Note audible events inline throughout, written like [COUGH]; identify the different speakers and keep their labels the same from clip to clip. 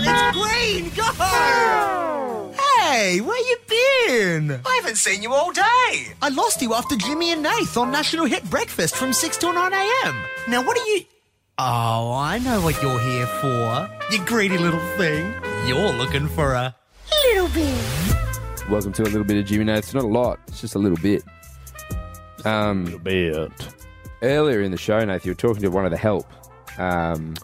Speaker 1: Queen, go!
Speaker 2: Hey, where you been?
Speaker 1: I haven't seen you all day.
Speaker 2: I lost you after Jimmy and Nath on National Hit Breakfast from 6 till 9 a.m. Now, what are you. Oh, I know what you're here for. You greedy little thing. You're looking for a.
Speaker 3: Little bit.
Speaker 4: Welcome to a little bit of Jimmy. No, it's not a lot. It's just a little bit. Um,
Speaker 5: Bit.
Speaker 4: earlier in the show, Nath, you were talking to one of the help. Um,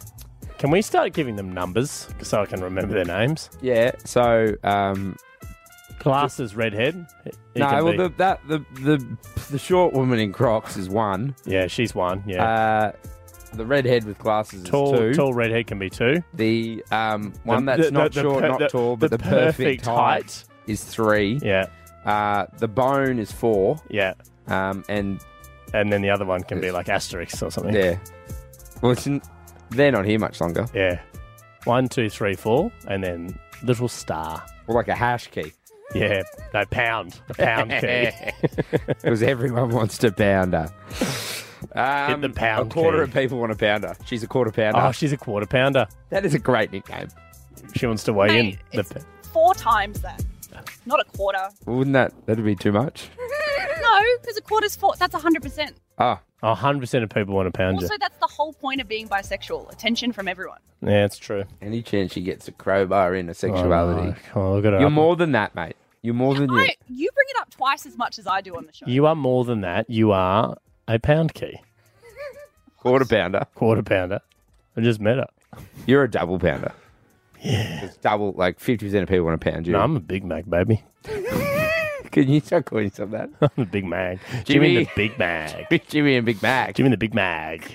Speaker 5: Can we start giving them numbers so I can remember their names?
Speaker 4: yeah. So um,
Speaker 5: Classes redhead. He can
Speaker 4: no, well,
Speaker 5: be-
Speaker 4: the, that the the the short woman in Crocs is one.
Speaker 5: yeah, she's one. Yeah,
Speaker 4: Uh, the redhead with glasses
Speaker 5: tall,
Speaker 4: is two.
Speaker 5: tall redhead can be two.
Speaker 4: The um, one
Speaker 5: The-
Speaker 4: that's
Speaker 5: the-
Speaker 4: not
Speaker 5: the
Speaker 4: short,
Speaker 5: per-
Speaker 4: not
Speaker 5: the-
Speaker 4: tall, but the,
Speaker 5: the
Speaker 4: perfect,
Speaker 5: perfect
Speaker 4: height,
Speaker 5: height.
Speaker 4: is three.
Speaker 5: Yeah,
Speaker 4: Uh, the bone is four.
Speaker 5: yeah.
Speaker 4: Um, and
Speaker 5: And then the other one can be like asterisk or something.
Speaker 4: yeah, well, it's n- they're not here much longer.
Speaker 5: yeah. One, two, three, four, and then little star.
Speaker 4: Or like a hash key,
Speaker 5: Yeah, no pound,
Speaker 4: [LAUGHS]
Speaker 5: a pound key.
Speaker 4: because everyone wants to pounder. Um,
Speaker 5: the pound
Speaker 4: A quarter
Speaker 5: key.
Speaker 4: of people want a pounder. She's a quarter pounder.
Speaker 5: Oh, she's a quarter pounder.
Speaker 4: that is a great nickname.
Speaker 5: She wants to weigh
Speaker 6: Mate,
Speaker 5: in.
Speaker 6: it's
Speaker 5: The, p-
Speaker 6: four times that. Not a quarter.
Speaker 4: Wouldn't that that'd be too much?
Speaker 6: No, because a quarter's four. That's 100%.
Speaker 4: Ah,
Speaker 5: oh, 100% of people want a pounder.
Speaker 6: Also, that's the whole point of being bisexual attention from everyone.
Speaker 5: yeah, it's true.
Speaker 4: any chance she gets a crowbar in her
Speaker 5: Oh,
Speaker 4: sexuality?
Speaker 5: no. Come on, look at her.
Speaker 4: You're more than that, mate. You're more than you.
Speaker 6: I, you bring it up twice as much as I do on the show.
Speaker 5: You are more than that. You are a pound key,
Speaker 4: Quarter pounder.
Speaker 5: quarter pounder. I just met her.
Speaker 4: You're a double pounder. Yeah. It's double, like 50% of people want to pound you.
Speaker 5: No, I'm a Big Mac, baby.
Speaker 4: [LAUGHS] Can you start calling yourself
Speaker 5: [LAUGHS]
Speaker 4: that?
Speaker 5: I'm a Big Mac.
Speaker 4: Jimmy.
Speaker 5: Jimmy the Big Mac.
Speaker 4: Jimmy and Big Mac.
Speaker 5: Jimmy the Big Mac.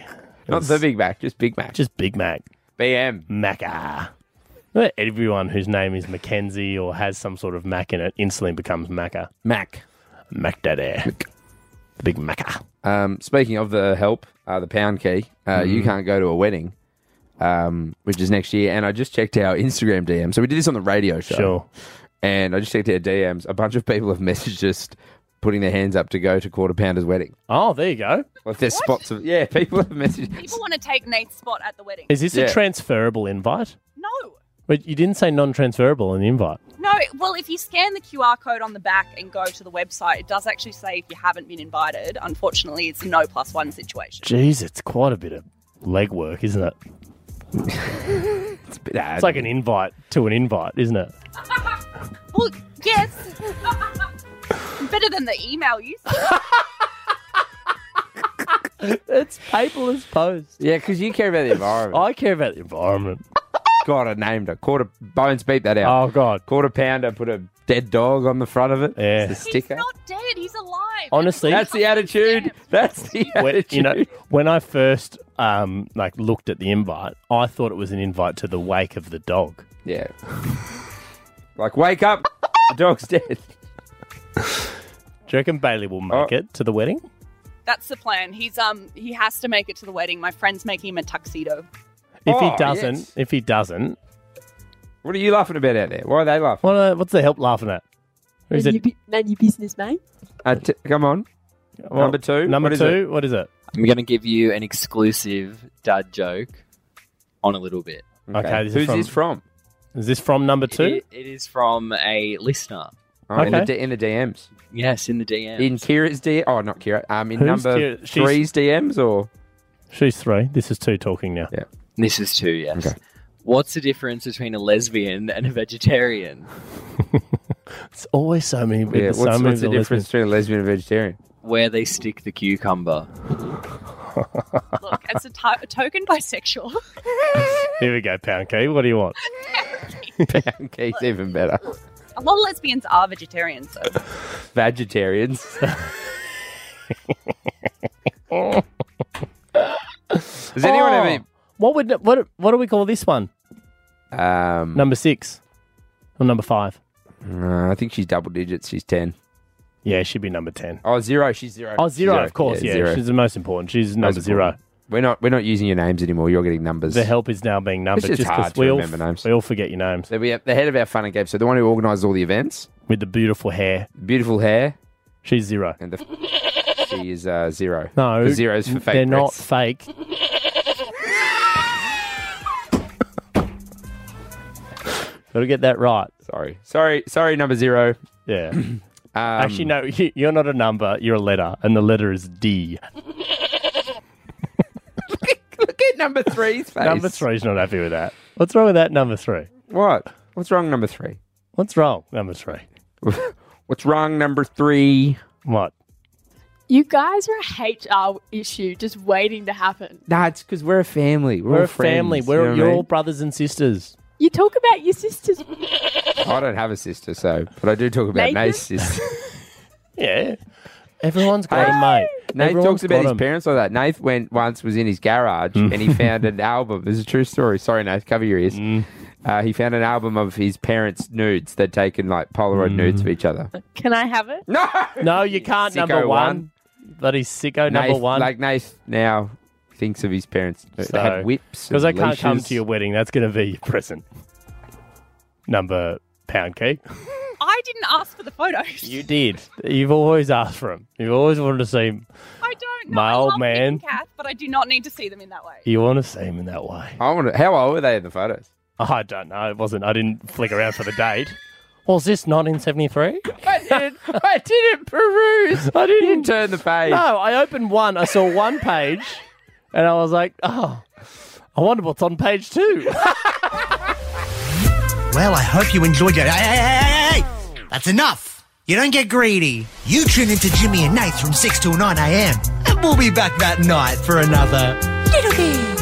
Speaker 4: Not the Big Mac, just Big Mac.
Speaker 5: Just Big Mac.
Speaker 4: BM.
Speaker 5: Maca. Not Everyone whose name is Mackenzie or has some sort of Mac in it instantly becomes Maca.
Speaker 4: Mac.
Speaker 5: Mac Daddy. Big Maca.
Speaker 4: Um, speaking of the help, uh, the pound key, uh, you
Speaker 5: Mm-hmm.
Speaker 4: can't go to a wedding, um, which is next year. And I just checked our Instagram DM. So we did this on the radio show.
Speaker 5: Sure.
Speaker 4: And I just checked our DMs. A bunch of people have [LAUGHS] messaged us putting their hands up to go to Quarter Pounder's wedding.
Speaker 5: Oh, there you go.
Speaker 4: Like there's spots of. Yeah, [LAUGHS] people have messaged.
Speaker 6: People want to take Nate's spot at the wedding.
Speaker 5: Is this
Speaker 4: Yeah.
Speaker 5: a transferable invite?
Speaker 6: No.
Speaker 5: But you didn't say non transferable in the invite.
Speaker 6: No, well, if you scan the QR code on the back and go to the website, it does actually say if you haven't been invited. Unfortunately, it's a no plus
Speaker 5: [LAUGHS]
Speaker 6: one situation.
Speaker 5: Jeez, it's quite a bit of legwork, isn't it?
Speaker 4: It's, a bit ad.
Speaker 5: It's like an invite to an invite, isn't it?
Speaker 6: Look, yes. Better than the email you sent.
Speaker 5: It's paperless post.
Speaker 4: Yeah, because you care about
Speaker 5: [LAUGHS]
Speaker 4: the environment.
Speaker 5: I care about the environment.
Speaker 4: God, I named her. Quarter Bones beat that out.
Speaker 5: Oh God.
Speaker 4: Quarter pounder put a dead dog on the front of it.
Speaker 5: Yeah.
Speaker 4: It's the
Speaker 6: He's
Speaker 4: sticker.
Speaker 6: not dead. He's alive.
Speaker 5: Honestly,
Speaker 4: That's the attitude. That's the
Speaker 5: when,
Speaker 4: attitude.
Speaker 5: you know when I first um like looked at the invite, I thought it was an invite to the wake of the dog.
Speaker 4: Yeah. [LAUGHS] like, wake up. The dog's dead.
Speaker 5: Do you reckon Bailey will make
Speaker 4: Oh.
Speaker 5: it to the wedding?
Speaker 6: That's the plan. He's um he has to make it to the wedding. My friend's making him a tuxedo.
Speaker 5: If
Speaker 4: Oh,
Speaker 5: he doesn't,
Speaker 4: yes.
Speaker 5: if he doesn't,
Speaker 4: What are you laughing about out there? Why are they laughing?
Speaker 5: what are, what's the help laughing at? Or Is
Speaker 7: None
Speaker 5: it
Speaker 7: your bu- none your business, mate.
Speaker 4: Uh, t- come on.
Speaker 5: well,
Speaker 4: number two?
Speaker 5: Number
Speaker 4: What is
Speaker 5: two, what is it?
Speaker 8: I'm going to give you an exclusive dad joke on a little bit.
Speaker 5: Okay, this is
Speaker 4: Who's
Speaker 5: from-
Speaker 4: this from?
Speaker 5: Is this from number two?
Speaker 8: It- it is from a listener.
Speaker 4: Oh, in, the
Speaker 5: Okay.
Speaker 4: D- in the DMs.
Speaker 8: Yes, in the DM.
Speaker 4: In Kira's DM. Oh, not Kira. Um, in
Speaker 5: Who's
Speaker 4: number
Speaker 5: Kira? She's-
Speaker 4: three's DMs or?
Speaker 5: She's three. This is two talking now.
Speaker 8: this is two, yes.
Speaker 4: Okay.
Speaker 8: What's the difference between a lesbian and a vegetarian?
Speaker 5: It's always so many.
Speaker 4: Yeah, what's,
Speaker 5: it's so
Speaker 4: what's
Speaker 5: many
Speaker 4: the
Speaker 5: little
Speaker 4: difference between a lesbian and a vegetarian?
Speaker 8: Where they stick the cucumber.
Speaker 6: Look, it's a to- a token bisexual. [LAUGHS]
Speaker 5: lesbians. Here we go, Pound Key. What do you want? [LAUGHS]
Speaker 4: [LAUGHS] okay, it's even better.
Speaker 6: A lot of lesbians are vegetarians. So.
Speaker 4: Vegetarians.
Speaker 5: [LAUGHS]
Speaker 4: Does anyone
Speaker 5: Oh,
Speaker 4: have
Speaker 5: What would what what do we call this one?
Speaker 4: any? Um,
Speaker 5: Number six or number five?
Speaker 4: no, I think she's double digits. She's ten.
Speaker 5: Yeah, she'd be number ten.
Speaker 4: Oh, zero. She's zero.
Speaker 5: Oh, zero, of course. Yeah,
Speaker 4: zero.
Speaker 5: she's the most important. She's number zero.
Speaker 4: important. We're not. We're not using your names anymore. You're getting numbers.
Speaker 5: The help is now being numbered
Speaker 4: It's just
Speaker 5: just because
Speaker 4: hard to
Speaker 5: we all
Speaker 4: remember names.
Speaker 5: we all forget your names
Speaker 4: So we have the head of our fun and game. So the one who organises all the events,
Speaker 5: with the beautiful hair.
Speaker 4: beautiful hair,
Speaker 5: She's zero.
Speaker 4: and the she is uh, zero.
Speaker 5: No,
Speaker 4: The zeros for fake.
Speaker 5: They're not
Speaker 4: breasts. [LAUGHS]
Speaker 5: fake. Got to get that right.
Speaker 4: Sorry. Sorry. Sorry, number zero.
Speaker 5: Yeah.
Speaker 4: [CLEARS THROAT] Um,
Speaker 5: Actually, no, you- you're not a number, you're a letter, and the letter is D.
Speaker 4: [LAUGHS] Look at number
Speaker 5: [LAUGHS]
Speaker 4: three's face.
Speaker 5: Number three's not happy with
Speaker 4: [LAUGHS]
Speaker 5: that. What's wrong with that, number three?
Speaker 4: What? What's wrong, number three?
Speaker 5: What's wrong, number three?
Speaker 4: What's wrong, number three?
Speaker 5: What?
Speaker 3: You guys are a HR issue just waiting to happen.
Speaker 4: Nah, it's because we're a family. We're,
Speaker 5: We're
Speaker 4: all
Speaker 5: a family.
Speaker 4: friends,
Speaker 5: We're,
Speaker 4: you
Speaker 5: you
Speaker 4: know
Speaker 5: are
Speaker 4: what I
Speaker 5: all brothers and sisters.
Speaker 3: You talk about your sisters.
Speaker 4: mean? I don't have a sister, so but I do talk about
Speaker 3: Nathan?
Speaker 4: Nate's sister.
Speaker 5: Yeah. Everyone's got a mate.
Speaker 4: Nate
Speaker 5: Everyone's
Speaker 4: talks about
Speaker 5: got Mm.
Speaker 4: his
Speaker 5: 'em.
Speaker 4: parents like that. Nate went once was in his garage and he found
Speaker 5: [LAUGHS]
Speaker 4: an album. It's a true story. Sorry, Nate, cover your ears.
Speaker 5: Mm.
Speaker 4: Uh, he found an album of his parents' nudes. They'd taken like
Speaker 5: Mm.
Speaker 4: Polaroid nudes of each other.
Speaker 3: Can I have it?
Speaker 4: No,
Speaker 5: No, you can't, number
Speaker 4: Sicko
Speaker 5: one. Bloody sicko, number
Speaker 4: Nath-
Speaker 5: one.
Speaker 4: Like Nath now thinks of his parents. they
Speaker 5: So-
Speaker 4: had whips.
Speaker 5: Because I
Speaker 4: and
Speaker 5: can't come
Speaker 4: leashes.
Speaker 5: to your wedding. That's going to be your present. Number pound cake.
Speaker 6: I didn't ask for the photos.
Speaker 5: You did. You've always asked for him. You've always wanted to see him.
Speaker 6: I don't know.
Speaker 5: My
Speaker 6: I
Speaker 5: old
Speaker 6: love
Speaker 5: man.
Speaker 6: Nick and Kath, but I do not need to see them in that way.
Speaker 5: You want to see him in that way. Oh,
Speaker 4: I want to, How old were they in the photos?
Speaker 5: I don't know. It wasn't. I didn't flick around for the date. Was this 1973?
Speaker 4: I didn't. I didn't peruse.
Speaker 5: I
Speaker 4: You didn't
Speaker 5: didn't.
Speaker 4: turn the page.
Speaker 5: No, I opened one. I saw one page, and I was like, oh, I wonder what's on page two.
Speaker 2: Well, I hope you enjoyed it. Hey, hey, hey, hey, hey! That's enough. You don't get greedy. You tune into Jimmy and Nate from 6 till 9 a.m. And we'll be back that night for another
Speaker 3: Little bit.